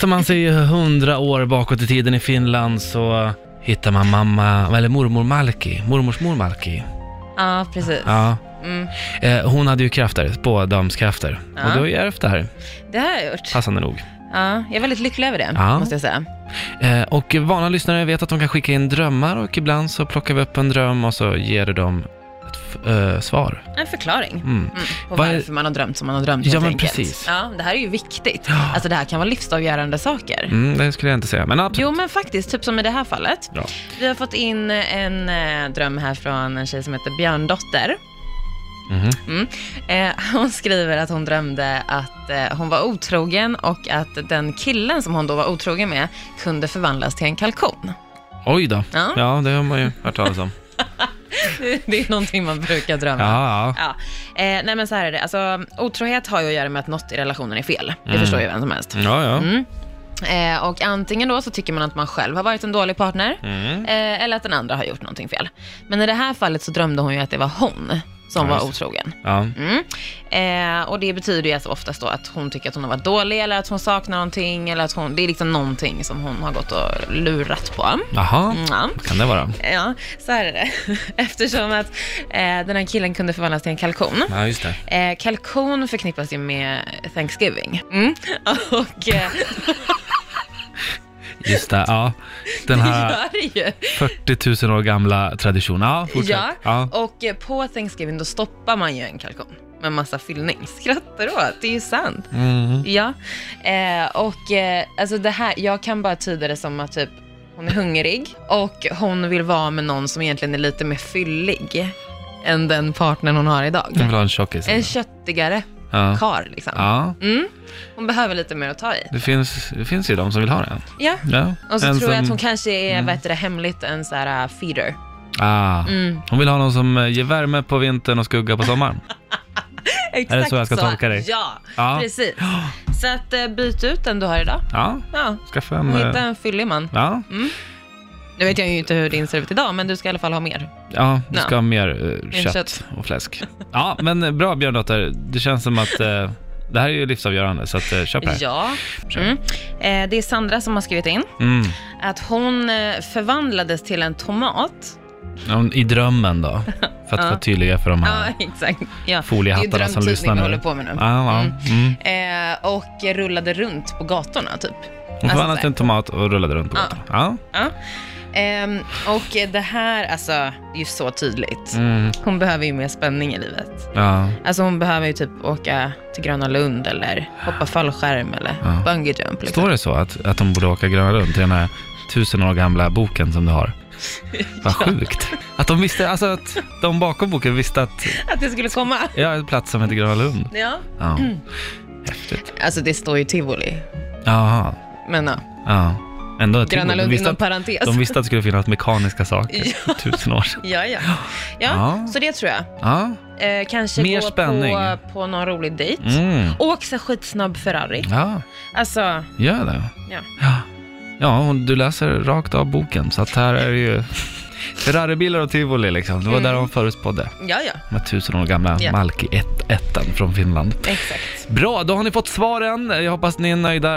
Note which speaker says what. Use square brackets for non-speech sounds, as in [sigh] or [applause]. Speaker 1: Tittar man sig hundra år bakåt i tiden i Finland så hittar man mamma, eller mormor Malki, mormors mor Malki.
Speaker 2: Ja, precis.
Speaker 1: Ja.
Speaker 2: Mm.
Speaker 1: Eh, hon hade ju krafter, spådamskrafter.
Speaker 2: Ja.
Speaker 1: Och du har ju ärvt det här,
Speaker 2: Det har jag gjort.
Speaker 1: passande nog.
Speaker 2: Ja, jag är väldigt lycklig över det,
Speaker 1: Ja.
Speaker 2: måste jag säga.
Speaker 1: Eh, och vana lyssnare vet att de kan skicka in drömmar och ibland så plockar vi upp en dröm och så ger du dem ett f- eh, svar.
Speaker 2: En förklaring
Speaker 1: Mm.
Speaker 2: mm, på
Speaker 1: Vad är-
Speaker 2: varför man har drömt som man har drömt,
Speaker 1: Ja,
Speaker 2: helt
Speaker 1: men
Speaker 2: enkelt.
Speaker 1: precis.
Speaker 2: Ja, det här är ju viktigt.
Speaker 1: Ja.
Speaker 2: Alltså, det här kan vara livsavgörande saker.
Speaker 1: Mm, det skulle jag inte säga, men absolut.
Speaker 2: Jo, men faktiskt, typ som i det här fallet.
Speaker 1: Ja.
Speaker 2: Vi har fått in en eh, dröm här från en tjej som heter Björndotter.
Speaker 1: Mhm.
Speaker 2: Mm. Eh, [laughs] hon skriver att hon drömde att eh, hon var otrogen och att den killen som hon då var otrogen med kunde förvandlas till en kalkon.
Speaker 1: Oj då.
Speaker 2: Ja.
Speaker 1: Ja, det har man ju hört talas om.
Speaker 2: [laughs] Det är någonting man brukar drömma.
Speaker 1: Ja, ja.
Speaker 2: [laughs] Ja. Eh, nej men så här är det, alltså, otrohet har ju att göra med att något i relationen är fel. Det
Speaker 1: Mm.
Speaker 2: förstår ju vem som helst.
Speaker 1: Ja, ja.
Speaker 2: Mm. Eh, och antingen då så tycker man att man själv har varit en dålig partner,
Speaker 1: Mm.
Speaker 2: eh, eller att den andra har gjort någonting fel. Men i det här fallet så drömde hon ju att det var hon som
Speaker 1: Ja,
Speaker 2: var
Speaker 1: just.
Speaker 2: otrogen.
Speaker 1: Ja.
Speaker 2: Mm. Eh, och det betyder ju alltså oftast då att hon tycker att hon har varit dålig, eller att hon saknar någonting, eller att hon, det är liksom någonting som hon har gått och lurat på.
Speaker 1: Jaha,
Speaker 2: Mm, ja.
Speaker 1: vad kan det vara?
Speaker 2: Ja, så här är det. [laughs] Eftersom att eh, den här killen kunde förvandlas till en kalkon.
Speaker 1: Ja, just det.
Speaker 2: Eh, kalkon förknippas ju med Thanksgiving. Mm. [laughs] Och eh,
Speaker 1: Just det, ja. Den
Speaker 2: det [laughs]
Speaker 1: här
Speaker 2: gör det ju.
Speaker 1: 40 000 år gamla traditionen. Ja, fortsätt.
Speaker 2: Ja.
Speaker 1: ja.
Speaker 2: Och eh, på Thanksgiving då stoppar man ju en kalkon med massa fyllning. Skrattar du åt? Det är ju sant.
Speaker 1: Mm.
Speaker 2: Ja, eh, och eh, alltså det här, jag kan bara tyda det som att typ hon är hungrig och hon vill vara med någon som egentligen är lite mer fyllig än den partnern hon har
Speaker 1: Jag
Speaker 2: idag.
Speaker 1: vill ha en tjockis.
Speaker 2: En köttigare
Speaker 1: Mm. Ja.
Speaker 2: karl liksom.
Speaker 1: ja,
Speaker 2: Mm. Hon behöver lite mer att ta i.
Speaker 1: det finns, det finns ju de som vill ha det.
Speaker 2: Ja.
Speaker 1: Ja.
Speaker 2: Och så
Speaker 1: en
Speaker 2: tror jag
Speaker 1: som- Mm.
Speaker 2: att hon kanske är, vad heter det, hemligt en så här äh, feeder.
Speaker 1: Ah.
Speaker 2: Mm.
Speaker 1: Hon vill ha någon som eh, ger värme på vintern och skugga på sommaren.
Speaker 2: [laughs] Exakt
Speaker 1: jag ska tolka dig?
Speaker 2: Ja,
Speaker 1: Ja.
Speaker 2: precis.
Speaker 1: [gasps]
Speaker 2: Så att eh, byt ut den du har idag.
Speaker 1: Ja,
Speaker 2: Ja,
Speaker 1: skaffa en...
Speaker 2: och hitta
Speaker 1: eh,
Speaker 2: en fyllig man.
Speaker 1: Ja,
Speaker 2: Nu vet jag ju inte hur din ser ut idag, men du ska i alla fall ha mer.
Speaker 1: ja, du ska
Speaker 2: Ja.
Speaker 1: ha mer eh,
Speaker 2: Mer
Speaker 1: kött,
Speaker 2: kött.
Speaker 1: och fläsk. Ja, men eh, bra Björndotter. Det känns som att eh, det här är ju livsavgörande, så att, eh, köp det här.
Speaker 2: Ja.
Speaker 1: Kör.
Speaker 2: Mm. Eh, det är Sandra som har skrivit in
Speaker 1: Mm.
Speaker 2: att hon eh, förvandlades till en tomat.
Speaker 1: Ja, I drömmen då, för att
Speaker 2: Ja.
Speaker 1: vara tydliga för de
Speaker 2: Ja,
Speaker 1: här
Speaker 2: [laughs] exakt. Ja. Det är ju
Speaker 1: foliehattarna som lyssnar
Speaker 2: drömtidning vi
Speaker 1: nu.
Speaker 2: håller på med nu.
Speaker 1: Ja, ja.
Speaker 2: Mm.
Speaker 1: Mm.
Speaker 2: Eh, och rullade runt på gatorna, typ.
Speaker 1: Hon
Speaker 2: Alltså,
Speaker 1: förvandlade
Speaker 2: så
Speaker 1: till en tomat och rullade runt på
Speaker 2: Ja.
Speaker 1: gatan. Ja.
Speaker 2: Ja. Ehm, och det här, alltså, det är ju så tydligt.
Speaker 1: Mm.
Speaker 2: Hon behöver ju mer spänning i livet.
Speaker 1: Ja.
Speaker 2: Alltså hon behöver ju typ åka till Gröna Lund eller hoppa fallskärm eller
Speaker 1: Ja.
Speaker 2: bungee jump. Liksom.
Speaker 1: Står det så att, att de borde åka Gröna Lund till den här tusen år gamla boken som du
Speaker 2: [laughs]
Speaker 1: har? Vad sjukt. Att de visste, alltså att de bakom boken visste att
Speaker 2: Att det skulle komma.
Speaker 1: jag har en plats som heter Gröna Lund.
Speaker 2: Ja.
Speaker 1: Ja.
Speaker 2: Mm.
Speaker 1: Häftigt.
Speaker 2: Alltså det står ju tivoli.
Speaker 1: Jaha.
Speaker 2: Men ja,
Speaker 1: Ja. Ändå ett
Speaker 2: Gröna
Speaker 1: till. de,
Speaker 2: Lund
Speaker 1: visste
Speaker 2: inom
Speaker 1: att,
Speaker 2: parentes.
Speaker 1: de visste att det skulle finnas mekaniska
Speaker 2: [laughs]
Speaker 1: saker för tusen år sedan.
Speaker 2: Ja, ja. Ja,
Speaker 1: Ja.
Speaker 2: så det tror jag.
Speaker 1: Ja.
Speaker 2: [laughs] Eh, kanske
Speaker 1: Mer
Speaker 2: gå
Speaker 1: spänning.
Speaker 2: På, på någon rolig dejt.
Speaker 1: Mm.
Speaker 2: Åk så skitsnabb Ferrari.
Speaker 1: Ja,
Speaker 2: Alltså,
Speaker 1: gör det.
Speaker 2: Ja.
Speaker 1: Ja. Ja, och du läser rakt av boken, så att här är det ju [laughs] Ferraribilar och tivoli liksom. Det var där de förutspådde.
Speaker 2: ja, ja.
Speaker 1: De här tusen år gamla
Speaker 2: Mm. Ja.
Speaker 1: Malki 1 från Finland.
Speaker 2: Exakt.
Speaker 1: Bra, då har ni fått svaren. Jag hoppas ni är nöjda.